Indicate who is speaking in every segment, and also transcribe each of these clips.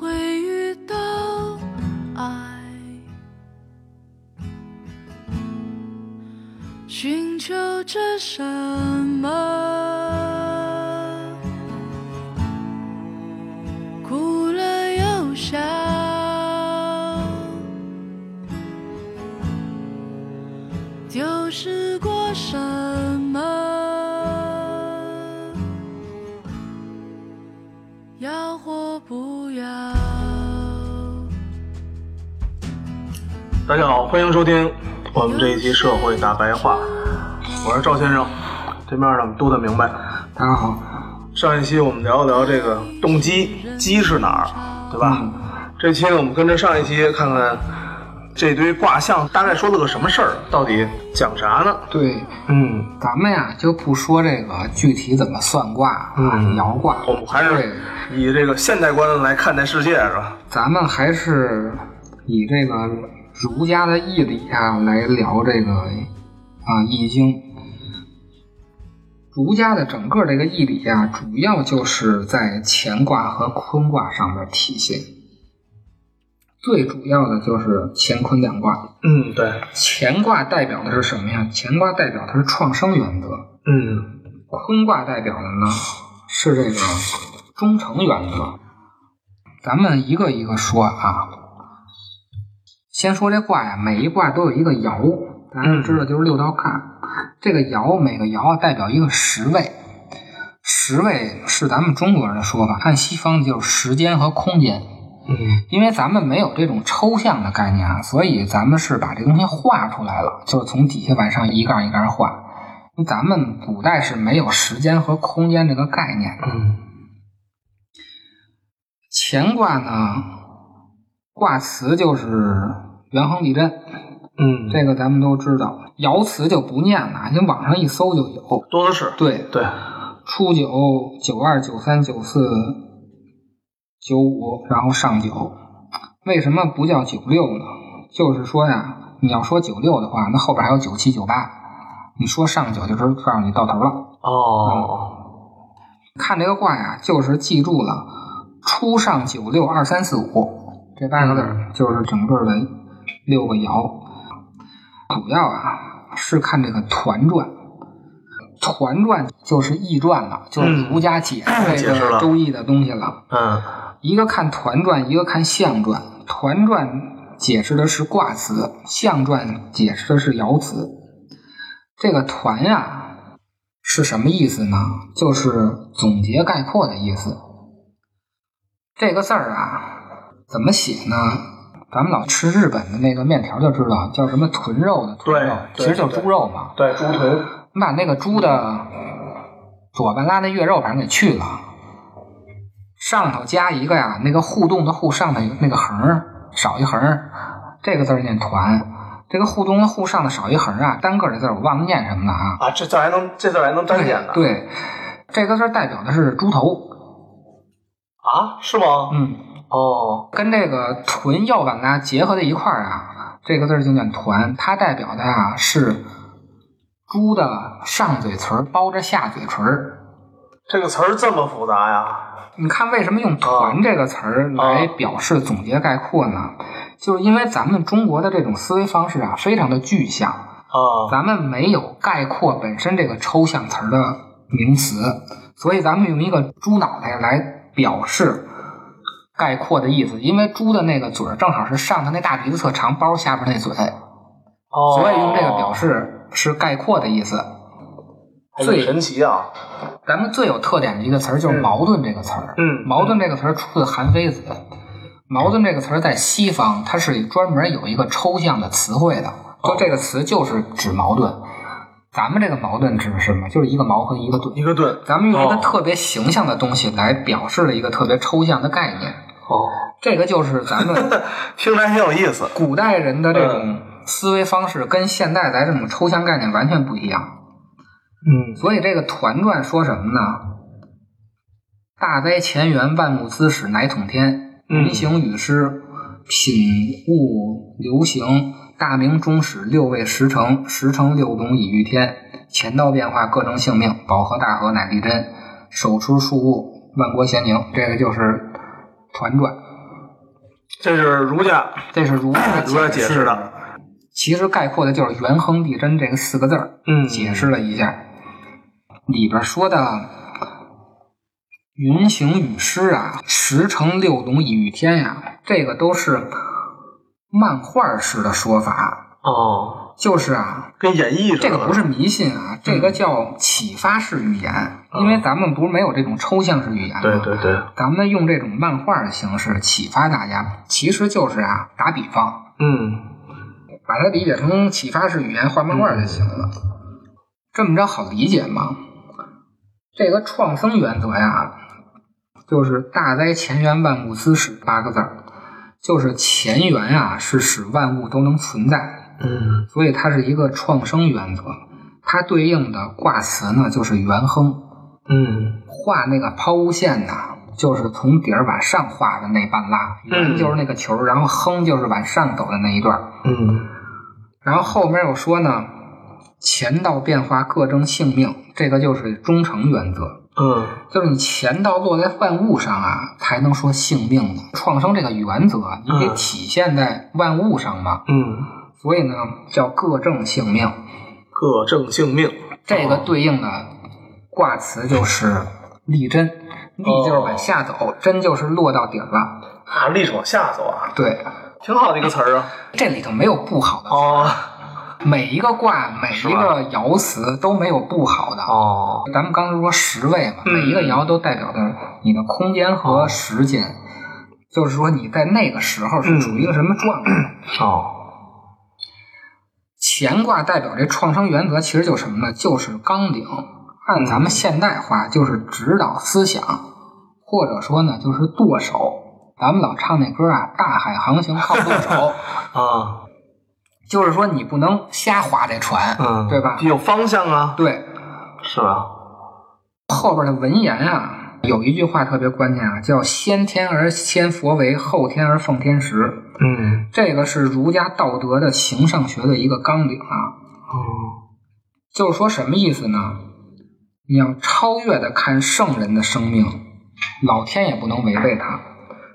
Speaker 1: 会遇到爱，寻求着什么？哭了又笑，丢失过什么？要或不要？
Speaker 2: 大家好，欢迎收听我们这一期《社会大白话》，我是赵先生，对面呢度的明白。
Speaker 3: 大家啊好，
Speaker 2: 上一期我们聊一聊这个动机，鸡是哪儿，对吧？这期呢，我们跟着上一期看看这堆卦象大概说了个什么事儿，到底讲啥呢？
Speaker 3: 对，
Speaker 2: 嗯，
Speaker 3: 咱们呀就不说这个具体怎么算卦、
Speaker 2: 嗯
Speaker 3: 啊，摇卦，
Speaker 2: 我们还
Speaker 3: 对
Speaker 2: 是以这个现代观来看待世界，是吧？
Speaker 3: 咱们还是以这个儒家的义理啊来聊这个啊《易经》。儒家的整个这个义理啊，主要就是在乾卦和坤卦上面体现。最主要的就是乾坤两卦。
Speaker 2: 嗯，对，
Speaker 3: 乾卦代表的是什么呀？乾卦代表它是创生原则。
Speaker 2: 嗯，
Speaker 3: 坤卦代表的呢是这个忠诚原则。咱们一个一个说啊，先说这卦呀，每一卦都有一个爻，大家都知道就是六道坎。这个爻每个爻代表一个十位，十位是咱们中国人的说法，按西方就是时间和空间。
Speaker 2: 嗯，
Speaker 3: 因为咱们没有这种抽象的概念啊，所以咱们是把这东西画出来了，就是从底下往上一杠一杠画。因为咱们古代是没有时间和空间这个概念的。
Speaker 2: 嗯，
Speaker 3: 乾卦呢，卦辞就是元亨利贞，
Speaker 2: 嗯，
Speaker 3: 这个咱们都知道。爻辞就不念了，你网上一搜就有。
Speaker 2: 多的是，
Speaker 3: 对，
Speaker 2: 对，
Speaker 3: 初九、九二、九三、九四、九五，然后上九。为什么不叫九六呢？就是说呀，你要说九六的话，那后边还有九七、九八，你说上九就知道告诉你到头了。
Speaker 2: 哦，
Speaker 3: 看这个卦呀，就是记住了初上九六二三四五这八个字儿，
Speaker 2: 嗯
Speaker 3: 就是整个的六个爻。主要啊是看这个团转。团转就是易转了，就是
Speaker 2: 嗯
Speaker 3: 儒家解释
Speaker 2: 解
Speaker 3: 这
Speaker 2: 释了
Speaker 3: 个《周易》的东西了。
Speaker 2: 嗯，
Speaker 3: 啊一个看团转，一个看象转。团转解释的是卦辞，象转解释的是爻辞。这个团呀、是什么意思呢？就是总结概括的意思。这个字儿啊，怎么写呢？咱们老吃日本的那个面条就知道，叫什么豚肉的豚肉，
Speaker 2: 对
Speaker 3: 其实就
Speaker 2: 对
Speaker 3: 猪肉嘛。
Speaker 2: 对，猪臀，
Speaker 3: 你把那个猪的左半拉那月肉反正给去了，上头加一个呀，那个互动的互上头那个横儿少一横儿，这个字儿念团。这个互动的互上的少一横儿啊，单个儿这字儿我忘了念什么了啊。
Speaker 2: 啊，这字还能，这字还能单点的，
Speaker 3: 对，这个字儿代表的是猪头，
Speaker 2: 啊，是吗？
Speaker 3: 嗯，
Speaker 2: 哦，
Speaker 3: 跟这个臀右半拉结合在一块儿啊，这个字儿就念团，它代表的呀、是猪的上嘴唇儿包着下嘴唇儿。
Speaker 2: 这个词儿这么复杂呀？
Speaker 3: 你看，为什么用“团”这个词儿来表示总结概括呢？就是因为咱们中国的这种思维方式啊，非常的具象，
Speaker 2: 啊，
Speaker 3: 咱们没有概括本身这个抽象词儿的名词，所以咱们用一个猪脑袋来表示概括的意思。因为猪的那个嘴儿正好是上头那大鼻子特长，包下边那嘴，
Speaker 2: 哦，
Speaker 3: 所以用这个表示是概括的意思。
Speaker 2: 哎
Speaker 3: 最
Speaker 2: 神奇啊！
Speaker 3: 咱们最有特点的一个词儿就是“矛盾”这个词儿。
Speaker 2: 嗯
Speaker 3: 矛盾这个词儿出自韩非子。矛盾这个词儿在西方，它是专门有一个抽象的词汇的，
Speaker 2: 哦
Speaker 3: 就这个词就是指矛盾。咱们这个矛盾指的是什么？就是一个矛和一个盾
Speaker 2: 一。个盾，
Speaker 3: 咱们用一个
Speaker 2: 哦
Speaker 3: 特别形象的东西来表示了一个特别抽象的概念，
Speaker 2: 哦，
Speaker 3: 这个就是咱们
Speaker 2: 听着还挺有意思。
Speaker 3: 古代
Speaker 2: 嗯
Speaker 3: 人的这种思维方式，跟现代来这种抽象概念完全不一样。
Speaker 2: 嗯
Speaker 3: 所以这个团传说什么呢？大灾前缘，万物滋始，乃统天。
Speaker 2: 嗯
Speaker 3: 民行雨师，品物流行，大明中始，六位十成，十成六龙以御天。乾道变化，各正性命，保和大河乃立真。手出树物，万国咸宁。这个就是团传，
Speaker 2: 这是儒家
Speaker 3: 这是儒家
Speaker 2: 儒家解释的。
Speaker 3: 其实概括的就是“元亨利贞”这个四个字儿。
Speaker 2: 嗯
Speaker 3: 解释了一下，里边说的“云行雨师”啊，“十乘六龙以御天”呀，这个都是漫画式的说法，
Speaker 2: 哦，
Speaker 3: 就是啊，
Speaker 2: 跟演绎似的。
Speaker 3: 这个不是迷信
Speaker 2: 嗯
Speaker 3: 啊，这个叫启发式语言，因为咱们不是没有这种抽象式语言吗？
Speaker 2: 对对对，
Speaker 3: 咱们用这种漫画的形式启发大家，其实就是啊，打比方，
Speaker 2: 嗯
Speaker 3: 把它理解成启发式语言画漫画就行了。这么着好理解吗？这个创生原则呀，就是“大灾前缘，万物滋始”八个字儿，就是前缘啊是使万物都能存在，
Speaker 2: 嗯
Speaker 3: 所以它是一个创生原则。它对应的卦辞呢就是元亨，
Speaker 2: 嗯
Speaker 3: 画那个抛物线呐，就是从底儿往上画的那半拉，
Speaker 2: 嗯
Speaker 3: 元就是那个球儿，然后亨就是往上走的那一段儿。
Speaker 2: 嗯
Speaker 3: 然后后面又说呢，乾道变化各争性命，这个就是忠诚原则，
Speaker 2: 嗯
Speaker 3: 就是你乾道落在万物上啊，才能说性命呢。创生这个原则啊，你得
Speaker 2: 嗯
Speaker 3: 体现在万物上嘛，
Speaker 2: 嗯，
Speaker 3: 所以呢叫各正性命。
Speaker 2: 各正性命。
Speaker 3: 这
Speaker 2: 哦
Speaker 3: 个对应的卦辞就是立贞，立就是往下
Speaker 2: 哦
Speaker 3: 走，贞就是落到底儿了。
Speaker 2: 啊，立着往下走啊，
Speaker 3: 对，
Speaker 2: 挺好的一个词儿啊。
Speaker 3: 这里头没有不好的，
Speaker 2: 哦
Speaker 3: 每一个卦、每
Speaker 2: 是
Speaker 3: 一
Speaker 2: 吧
Speaker 3: 个爻辞都没有不好的。
Speaker 2: 哦，
Speaker 3: 咱们刚才说十位嘛，
Speaker 2: 嗯哦
Speaker 3: 每一个爻都代表的你的空间和时间，就是说你在那个时候
Speaker 2: 嗯
Speaker 3: 是处于一个什么状态。
Speaker 2: 哦，
Speaker 3: 乾卦代表这创伤原则，其实就是什么呢？就是纲领。按
Speaker 2: 嗯
Speaker 3: 咱们现代话，就是指导思想，或者说呢，就是舵手。咱们老唱那歌啊，“大海航行靠舵 手
Speaker 2: 啊，”，
Speaker 3: 就是说你不能瞎划这船，
Speaker 2: 嗯，
Speaker 3: 对吧？
Speaker 2: 有方向啊，
Speaker 3: 对，
Speaker 2: 是吧？
Speaker 3: 后边的文言啊，有一句话特别关键啊，叫“先天而先佛为，后天而奉天时
Speaker 2: 嗯”。
Speaker 3: 这个是儒家道德的形上学的一个纲领啊。
Speaker 2: 嗯
Speaker 3: 就是说什么意思呢？你要超越的看圣人的生命，老天也不能违背他。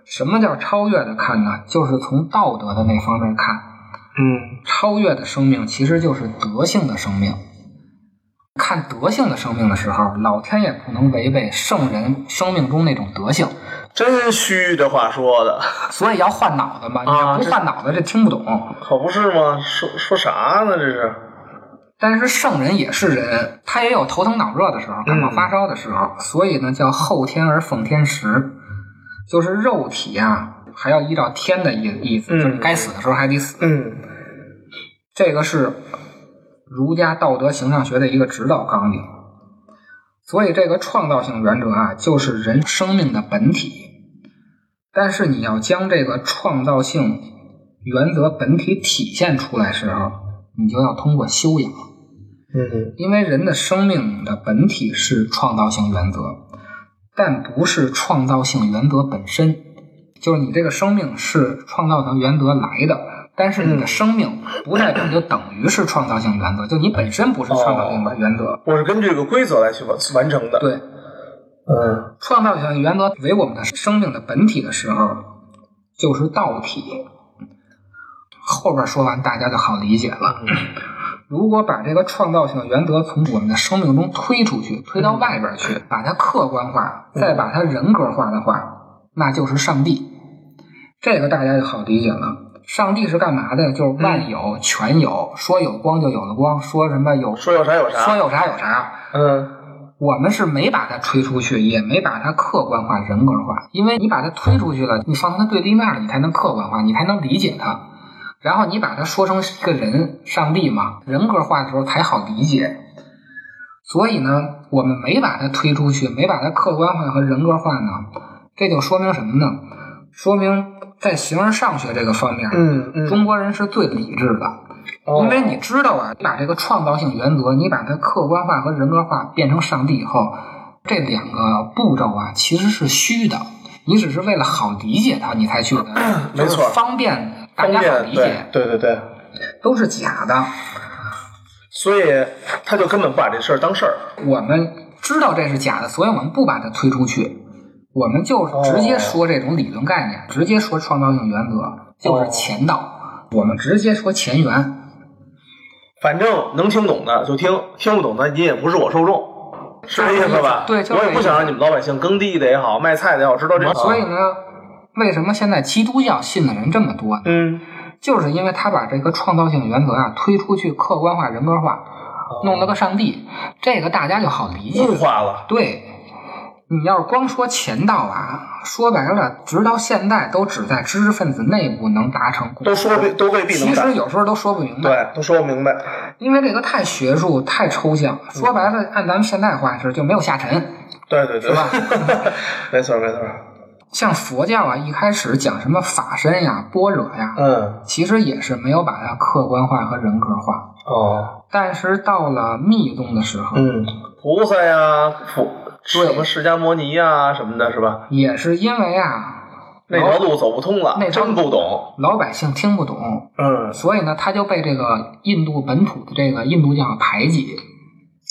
Speaker 3: 什么叫超越的看呢？就是从道德的那方面看，
Speaker 2: 嗯
Speaker 3: 超越的生命其实就是德性的生命。看德性的生命的时候，老天也不能违背圣人生命中那种德性，
Speaker 2: 真虚，这话说的，
Speaker 3: 所以要换脑子嘛。你
Speaker 2: 啊
Speaker 3: 要不
Speaker 2: 这
Speaker 3: 换脑子，这听不懂。
Speaker 2: 可不是吗？说说啥呢？这是，
Speaker 3: 但是圣人也是人，他也有头疼脑热的时候，感冒发烧的时
Speaker 2: 嗯
Speaker 3: 候，所以呢叫后天而奉天时，就是肉体啊还要依照天的意意思，
Speaker 2: 嗯
Speaker 3: 就是该死的时候还得死。
Speaker 2: 嗯
Speaker 3: 这个是儒家道德形象学的一个指导纲领。所以，这个创造性原则啊，就是人生命的本体。但是，你要将这个创造性原则本体体现出来时候，你就要通过修养，
Speaker 2: 嗯
Speaker 3: 因为人的生命的本体是创造性原则，但不是创造性原则本身。就是你这个生命是创造性原则来的，但是你的生命不代表就等于是创造性原则，就你本身不是创造性原则。
Speaker 2: 我是根据这个规则来去完完成的。，
Speaker 3: 对，
Speaker 2: 嗯
Speaker 3: 创造性原则为我们的生命的本体的时候，就是道体。后边说完，大家就好理解了。
Speaker 2: 嗯
Speaker 3: 如果把这个创造性原则从我们的生命中推出去，推到外边
Speaker 2: 嗯
Speaker 3: 去，把它客观化，再把它人格化的话，那就是上帝。这个大家就好理解了。上帝是干嘛的？就是万有、全有，说有光就有了光，说什么有
Speaker 2: 嗯说有啥有啥
Speaker 3: 说有啥有啥。
Speaker 2: 嗯
Speaker 3: 我们是没把它推出去，也没把它客观化、人格化，因为你把它推出去了，你放到它对立面儿，你才能客观化，你才能理解它。然后你把它说成是一个人，上帝嘛，人格化的时候才好理解。所以呢，我们没把它推出去，没把它客观化和人格化呢，这就说明什么呢？说明在形而上学这个方面，
Speaker 2: 嗯嗯，
Speaker 3: 中国人是最理智的。
Speaker 2: 哦
Speaker 3: 因为你知道啊，你把这个创造性原则，你把它客观化和人格化变成上帝以后，这两个步骤啊其实是虚的，你只是为了好理解它，你才去给它
Speaker 2: 嗯没错
Speaker 3: 就是方便大
Speaker 2: 方
Speaker 3: 家好
Speaker 2: 便
Speaker 3: 理
Speaker 2: 对
Speaker 3: 解，
Speaker 2: 对对对，
Speaker 3: 都是假的。
Speaker 2: 所以他就根本不把这事儿当事儿。
Speaker 3: 我们知道这是假的，所以我们不把它推出去，我们就
Speaker 2: 哦
Speaker 3: 直接说这种理论概念，直接说创造性原则，
Speaker 2: 哦
Speaker 3: 就是前导。我们直接说前缘，
Speaker 2: 反正能听懂的就听，听不懂的你也不是我受众，是这意思吧？
Speaker 3: 对就是这意思
Speaker 2: 我也不想让你们老百姓耕地的也好，卖菜的也好，知道这个。
Speaker 3: 所以呢，为什么现在基督教信的人这么多呢？
Speaker 2: 嗯，
Speaker 3: 就是因为他把这个创造性原则啊推出去，客观化、人格化，弄了个上帝，这个大家就好理解。
Speaker 2: 哦物化了。
Speaker 3: 对，你要是光说前道啊，说白了，直到现在都只在知识分子内部能达成共识，
Speaker 2: 都说不都未必能
Speaker 3: 其
Speaker 2: 干
Speaker 3: 实有时候都说不明白，
Speaker 2: 对，都说不明白。
Speaker 3: 因为这个太学术、太抽象。说白
Speaker 2: 嗯
Speaker 3: 了，按咱们现在话是就没有下沉。
Speaker 2: 对对对，
Speaker 3: 是吧
Speaker 2: 没错没错。
Speaker 3: 像佛教啊，一开始讲什么法身呀、般若呀，
Speaker 2: 嗯，
Speaker 3: 其实也是没有把它客观化和人格化。
Speaker 2: 哦，
Speaker 3: 但是到了密宗的时候，
Speaker 2: 嗯，菩萨呀，菩
Speaker 3: 对
Speaker 2: 什么释迦摩尼呀什么的，是吧？
Speaker 3: 也是因为啊，
Speaker 2: 那条路走不通了
Speaker 3: 那，条
Speaker 2: 真不懂。
Speaker 3: 老百姓听不懂，
Speaker 2: 嗯，
Speaker 3: 所以呢，他就被这个印度本土的这个印度教排挤。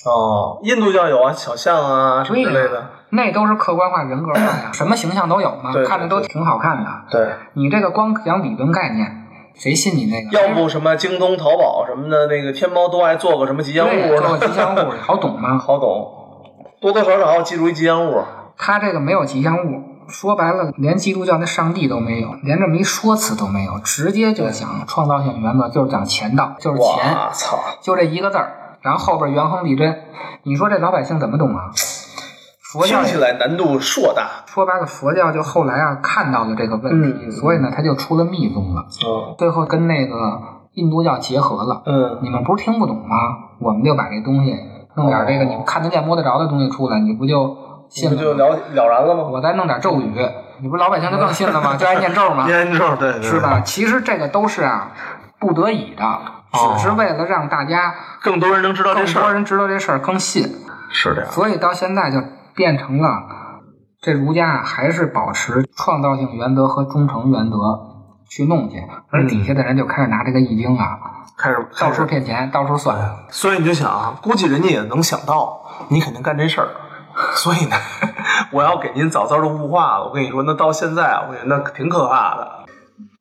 Speaker 2: 哦，印度教有啊，小象啊什么
Speaker 3: 对
Speaker 2: 之
Speaker 3: 呀
Speaker 2: 类的。
Speaker 3: 那都是客观化、人格化呀， 什么形象都有嘛
Speaker 2: 对，对
Speaker 3: 看着都
Speaker 2: 对
Speaker 3: 挺好看的。
Speaker 2: 对，
Speaker 3: 你这个光讲理论概念，谁信你那个？
Speaker 2: 要不什么京东、淘宝什么的，那个天猫都爱做个什么吉祥
Speaker 3: 对，
Speaker 2: 物
Speaker 3: 做
Speaker 2: 呢？
Speaker 3: 吉祥物好懂吗？
Speaker 2: 好懂， 多多少少记住一吉祥物。
Speaker 3: 他这个没有吉祥物，说白了，连基督教那上帝都没有，连这么一说辞都没有，直接就讲创造性原则，就是讲钱道，就是钱，
Speaker 2: 哇操！
Speaker 3: 就这一个字儿，然后后边元亨利贞。你说这老百姓怎么懂啊？佛教
Speaker 2: 听起来难度硕大。
Speaker 3: 说白了，佛教就后来啊看到了这个问题，
Speaker 2: 嗯
Speaker 3: 所以呢，他就出了密宗了，
Speaker 2: 嗯
Speaker 3: 最后跟那个印度教结合了。
Speaker 2: 嗯，
Speaker 3: 你们不是听不懂吗？我们就把这东西弄点这个
Speaker 2: 哦
Speaker 3: 你们看得见摸得着的东西出来，你不就
Speaker 2: 你
Speaker 3: 信
Speaker 2: 不
Speaker 3: 了
Speaker 2: 就
Speaker 3: 吗？
Speaker 2: 了了然了吗？
Speaker 3: 我再弄点咒语，你不是老百姓就更信了吗？就爱念咒吗？
Speaker 2: 念咒对对
Speaker 3: 是？吧？其实这个都是啊，不得已的，只是为了让大家
Speaker 2: 更多人能知道
Speaker 3: 更多人知道这事儿，更信。
Speaker 2: 是这样。
Speaker 3: 所以到现在就变成了，这儒家啊还是保持创造性原则和忠诚原则去弄去，而底下的人就开始拿这个易经啊，
Speaker 2: 开始
Speaker 3: 到处骗钱，到处算。
Speaker 2: 所以你就想啊，估计人家也能想到你肯定干这事儿，所以呢， 我要给您早早的物化了。我跟你说，那到现在啊，我跟你说那挺可怕的。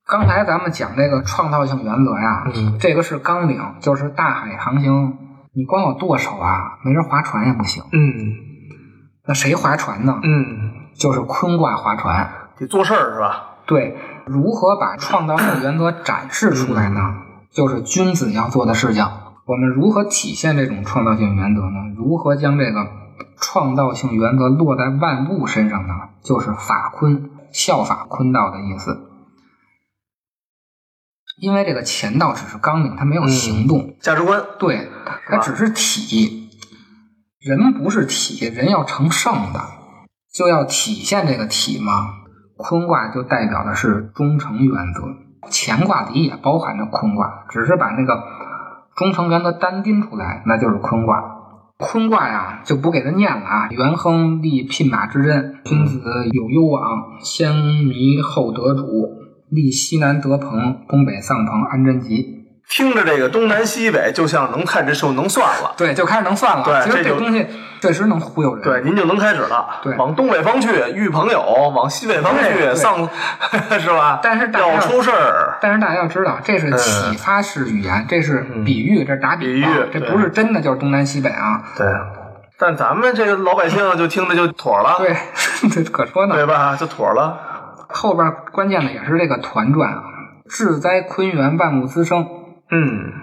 Speaker 3: 刚才咱们讲这个创造性原则呀，
Speaker 2: 嗯
Speaker 3: 这个是纲领，就是大海航行，你光有舵手啊，没人划船也不行。
Speaker 2: 嗯
Speaker 3: 那谁划船呢？
Speaker 2: 嗯，
Speaker 3: 就是坤卦划船。
Speaker 2: 得做事儿是吧？
Speaker 3: 对，如何把创造性原则展示出来呢？就是君子要做的事情。我们如何体现这种创造性原则呢？如何将这个创造性原则落在万物身上呢？就是法坤，效法坤道的意思。因为这个乾道只是纲领，它没有行动，
Speaker 2: 价值观
Speaker 3: 对，它只是体。人不是体，人要成圣的，就要体现这个体嘛。坤卦就代表的是忠诚原则，乾卦里也包含着坤卦，只是把那个忠诚原则单拎出来，那就是坤卦。坤卦呀，就不给他念了啊。元亨利聘马之贞，君子有攸往，先迷后得主，立西南德鹏，东北丧鹏，安贞吉。
Speaker 2: 听着这个东南西北，就像能看这就能算了。
Speaker 3: 对，就开始能算了。
Speaker 2: 对
Speaker 3: 其实
Speaker 2: 这
Speaker 3: 这
Speaker 2: 就
Speaker 3: 东西确实能忽悠人。
Speaker 2: 对，，您就能开始了。
Speaker 3: 对
Speaker 2: 往东北方去遇朋友，往西北方
Speaker 3: 对
Speaker 2: 去
Speaker 3: 对
Speaker 2: 丧， 是吧？
Speaker 3: 但是大家
Speaker 2: 要出事儿，
Speaker 3: 但是大家要知道，这是启发式语言，这是比喻，这是打比方
Speaker 2: 嗯比喻，
Speaker 3: 这
Speaker 2: 对
Speaker 3: 不是真的就是东南西北啊。
Speaker 2: 对。但咱们这个老百姓就听着就妥了，
Speaker 3: 对， 这可说呢。
Speaker 2: 对吧？就妥了。
Speaker 3: 后边关键的也是这个团转啊，至哉坤元，万物滋生。
Speaker 2: 嗯。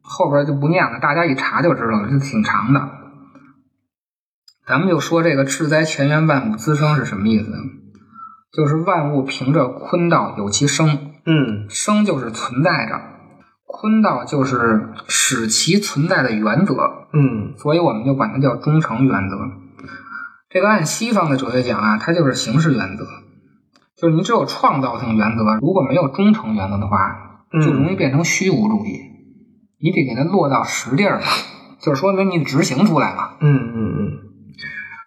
Speaker 3: 后边就不念了，大家一查就知道了，这挺长的。咱们就说这个“至哉乾元万物滋生”是什么意思？就是万物凭着坤道有其生，
Speaker 2: 嗯
Speaker 3: 生就是存在着，坤道就是使其存在的原则，
Speaker 2: 嗯
Speaker 3: 所以我们就管它叫忠诚原则。这个按西方的哲学讲啊，它就是形式原则，就是你只有创造性原则，如果没有忠诚原则的话，
Speaker 2: 嗯
Speaker 3: 就容易变成虚无主义。你得给它落到实地儿嘛，就是说明你执行出来了。
Speaker 2: 嗯嗯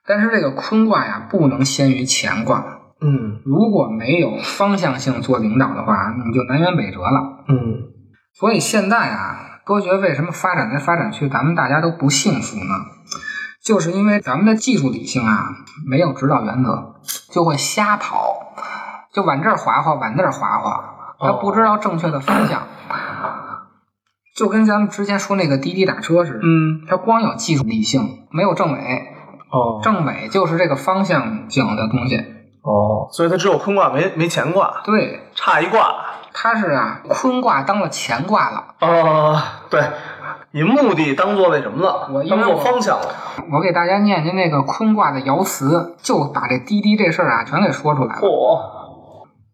Speaker 3: 但是这个坤卦呀，不能先于乾卦。
Speaker 2: 嗯嗯
Speaker 3: 如果没有方向性做领导的话，你就南辕北辙了。
Speaker 2: 嗯，
Speaker 3: 所以现在啊，科学为什么发展来发展去，咱们大家都不幸福呢？就是因为咱们的技术理性啊，没有指导原则，就会瞎跑，就往这儿划划，往那儿划划，他
Speaker 2: 哦
Speaker 3: 不知道正确的方向。就跟咱们之前说那个滴滴打车似的，
Speaker 2: 嗯
Speaker 3: 他光有技术理性，没有政委，
Speaker 2: 哦
Speaker 3: 政委就是这个方向性的东西。
Speaker 2: 哦，所以它只有坤卦没没乾卦，
Speaker 3: 对，
Speaker 2: 差一卦。
Speaker 3: 他是啊，坤卦当了乾卦了。
Speaker 2: 哦，对，你目的当做那什么了
Speaker 3: 我因为
Speaker 2: 当做
Speaker 3: 我
Speaker 2: 方向了。
Speaker 3: 我给大家念念那个坤卦的爻辞，就把这滴滴这事儿啊全给说出来了。
Speaker 2: 嚯，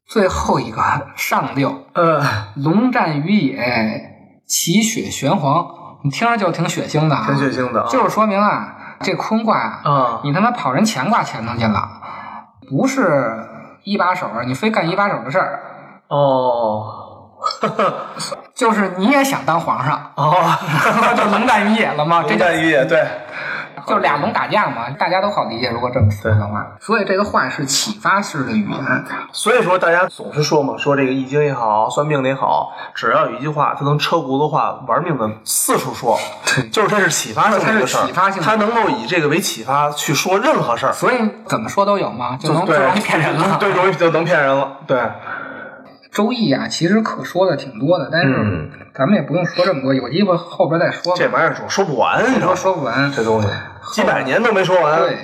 Speaker 3: 最后一个上六，
Speaker 2: 呃，
Speaker 3: 龙战于野，其血玄黄。你听着就挺血腥的啊，
Speaker 2: 挺血腥的啊
Speaker 3: 就是说明啊，这坤卦啊，
Speaker 2: 啊
Speaker 3: 你他妈跑人乾卦前头去了，不是一把手，你非干一把手的事儿，
Speaker 2: 哦，，
Speaker 3: 就是你也想当皇上
Speaker 2: 哦，
Speaker 3: 就龙战于野了嘛，这
Speaker 2: 这
Speaker 3: 就
Speaker 2: 战于野，对，
Speaker 3: 就是俩龙打架嘛，大家都好理解。如果这么说的话，所以这个话是启发式的语言。
Speaker 2: 所以说大家总是说嘛，说这个易经也好，算命的也好，只要有一句话，它能车轱辘话，玩命的四处说，就是它是启发性的一个事儿，
Speaker 3: 它是启发性的
Speaker 2: 它能够以这个为启发去说任何事儿，
Speaker 3: 所以怎么说都有嘛，就能
Speaker 2: 对
Speaker 3: 就容易骗人了。嗯
Speaker 2: 对，容易就能骗人了，对，
Speaker 3: 周易啊，其实可说的挺多的，但是
Speaker 2: 嗯
Speaker 3: 咱们也不用说这么多，有机会后边再说吧
Speaker 2: 这，玩意儿说说不完，你知道吗？
Speaker 3: 说说不完。
Speaker 2: 这东西几百年都没说完，
Speaker 3: 对，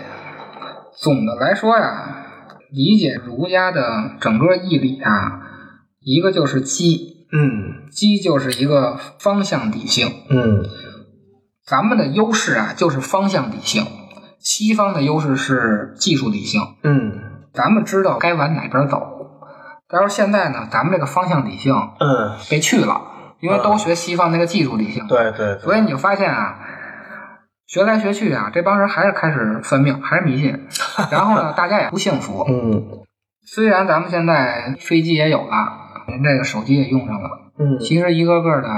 Speaker 3: 总的来说呀，理解儒家的整个义理啊，一个就是基，
Speaker 2: 嗯
Speaker 3: 基就是一个方向理性。
Speaker 2: 嗯
Speaker 3: 咱们的优势啊，就是方向理性，西方的优势是技术理性。
Speaker 2: 嗯
Speaker 3: 咱们知道该往哪边走，但是现在呢，咱们这个方向理性
Speaker 2: 嗯，
Speaker 3: 被去了，因为都学西方那个技术理性。，
Speaker 2: 对对，对
Speaker 3: 所以你就发现啊，学来学去啊，这帮人还是开始算命，还是迷信。然后呢，大家也不幸福。
Speaker 2: 嗯
Speaker 3: 虽然咱们现在飞机也有了，人这个手机也用上了，
Speaker 2: 嗯，
Speaker 3: 其实一个个的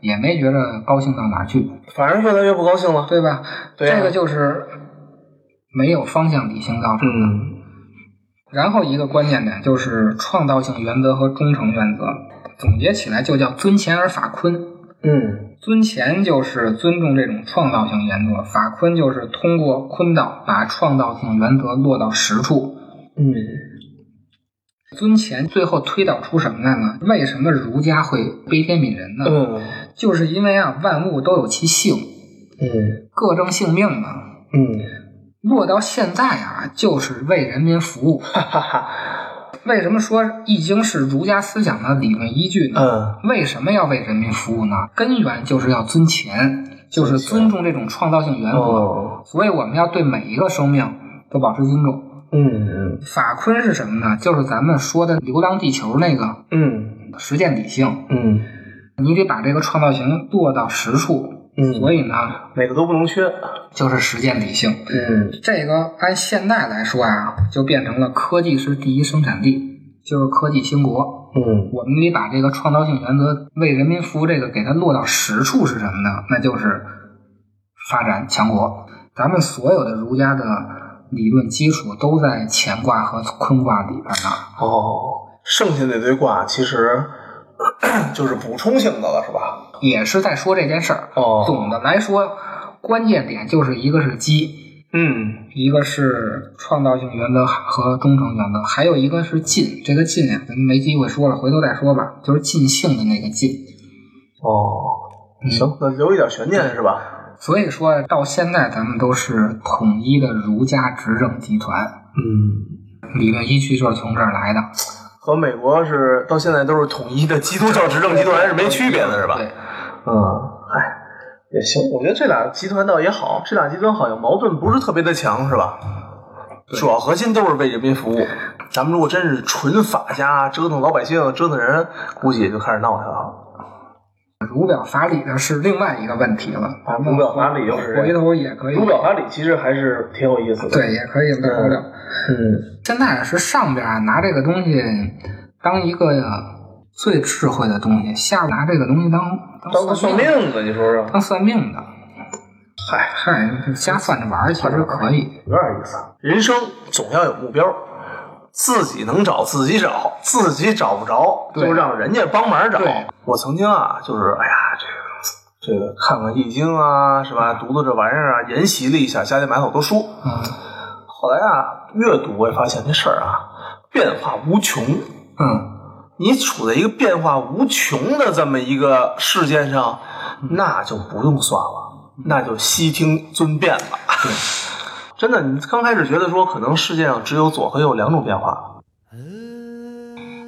Speaker 3: 也没觉着高兴到哪儿去，
Speaker 2: 反正越来越不高兴了，
Speaker 3: 对吧？
Speaker 2: 对啊
Speaker 3: 这个就是没有方向理性造成的。
Speaker 2: 嗯
Speaker 3: 然后一个关键点就是创造性原则和忠诚原则，总结起来就叫尊乾而法坤。
Speaker 2: 嗯
Speaker 3: 尊乾就是尊重这种创造性原则，法坤就是通过坤道把创造性原则落到实处。
Speaker 2: 嗯
Speaker 3: 尊乾最后推导出什么来呢？为什么儒家会悲天悯人呢？
Speaker 2: 嗯
Speaker 3: 就是因为啊，万物都有其性，
Speaker 2: 嗯
Speaker 3: 各正性命嘛。
Speaker 2: 嗯。
Speaker 3: 落到现在啊，就是为人民服务。
Speaker 2: 哈哈，
Speaker 3: 为什么说《易经》是儒家思想的理论依据呢？
Speaker 2: 嗯
Speaker 3: 为什么要为人民服务呢？根源就是要尊前，就是尊重这种创造性原则。
Speaker 2: 哦，
Speaker 3: 所以我们要对每一个生命都保持尊重。
Speaker 2: 嗯
Speaker 3: 法坤是什么呢？就是咱们说的流浪地球那个
Speaker 2: 嗯嗯
Speaker 3: 实践理性，
Speaker 2: 嗯
Speaker 3: 你得把这个创造型做到实处。
Speaker 2: 嗯
Speaker 3: 所以呢，
Speaker 2: 哪个都不能缺。
Speaker 3: 就是实践理性。
Speaker 2: 嗯
Speaker 3: 这个按现在来说啊，就变成了科技是第一生产力，就是科技兴国。
Speaker 2: 嗯
Speaker 3: 我们得把这个创造性原则为人民服务这个给它落到实处是什么呢？那就是发展强国。咱们所有的儒家的理论基础都在乾卦和坤卦里边呢。
Speaker 2: 哦，剩下那堆卦其实 就是补充性的了，是吧？
Speaker 3: 也是在说这件事儿。
Speaker 2: 哦
Speaker 3: 总的来说，关键点就是一个是基，
Speaker 2: 嗯
Speaker 3: 一个是创造性原则和忠诚原则，还有一个是尽。这个尽呀、咱们没机会说了，回头再说吧。就是尽兴的那个尽。
Speaker 2: 哦，行，那留一点悬念是吧？
Speaker 3: 所以说到现在，咱们都是统一的儒家执政集团，
Speaker 2: 嗯，
Speaker 3: 理论依据就是从这儿来的，
Speaker 2: 和美国是到现在都是统一的基督教执政集团是没区别的，是吧？
Speaker 3: 对，
Speaker 2: 嗯，嗨。也行，我觉得这俩集团倒也好，这俩集团好像矛盾不是特别的强，是吧？主要核心都是为人民服务。咱们如果真是纯法家折腾老百姓、折腾人，估计也就开始闹去了。啊
Speaker 3: 儒表法理的是另外一个问题了。咱们
Speaker 2: 啊儒表法理又是
Speaker 3: 回头也可以，
Speaker 2: 儒表法理其实还是挺有意思的。，
Speaker 3: 对也可以聊聊。
Speaker 2: 嗯
Speaker 3: 现在是上边啊拿这个东西当一个最智慧的东西，下拿这个东西当
Speaker 4: 当个算
Speaker 3: 命，
Speaker 4: 命的，你说说，
Speaker 3: 当算命的，
Speaker 2: 嗨，
Speaker 3: 嗨，瞎算着玩儿其实可以。
Speaker 2: 有点意思。啊人生总要有目标，自己能找自己找，自己找不着
Speaker 3: 对
Speaker 2: 就让人家帮忙找
Speaker 3: 对。
Speaker 2: 我曾经啊，就是哎呀，这个这个看看易经啊，是吧？读读这玩意儿啊，研习了一下，家里买好多书。
Speaker 3: 嗯
Speaker 2: 后来啊，越读我也发现这事儿啊，变化无穷。
Speaker 3: 嗯，
Speaker 2: 你处在一个变化无穷的这么一个事件上，那就不用算了，那就悉听尊便吧。 真的，你刚开始觉得说可能世界上只有左和右两种变化，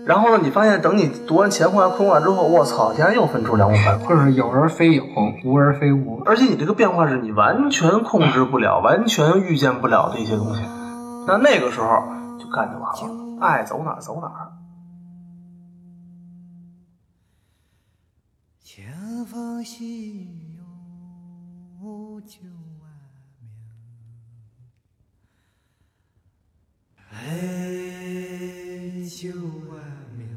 Speaker 2: 然后呢，你发现等你读完乾卦、坤卦之后，我操，竟然又分出两种变化。
Speaker 3: 就是有而非有，无而非无。
Speaker 2: 而且你这个变化是你完全控制不了、完全预见不了的一些东西。那那个时候就干就完了，爱走哪儿走哪儿。
Speaker 5: 前方西有九万名，哎，九万名，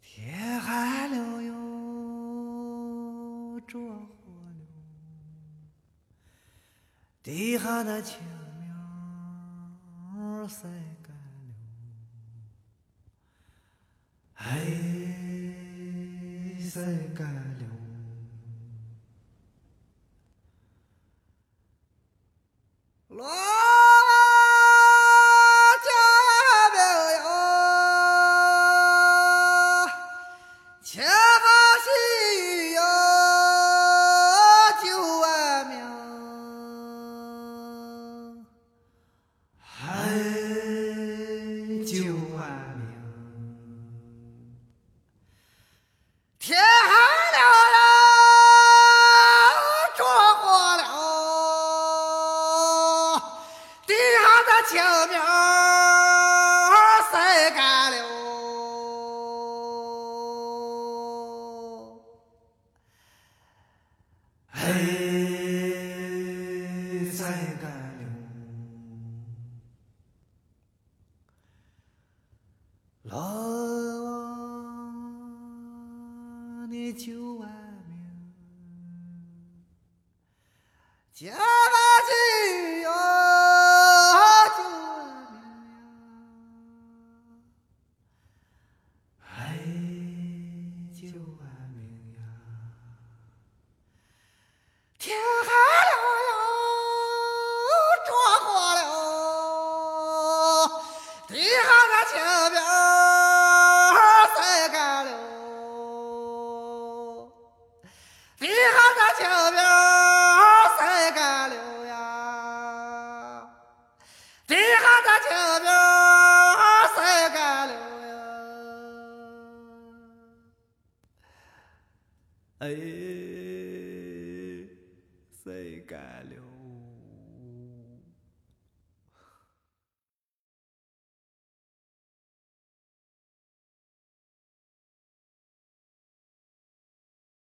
Speaker 5: 天寒了哟，着火了，地下的青苗儿晒干了。哎，晒干了。罗家庙呀，前方西域有九万名，哎，九万名。天寒了呀，着火了，地上的青苗儿晒干了。哎，晒干了。老王的九万名，加把劲哟，九万名呀，哎，九万名呀，天寒了哟，着火了。地上的青苗儿晒干了，地上的青苗儿晒干了呀，地上的青苗儿晒干了呀，哎，晒干了。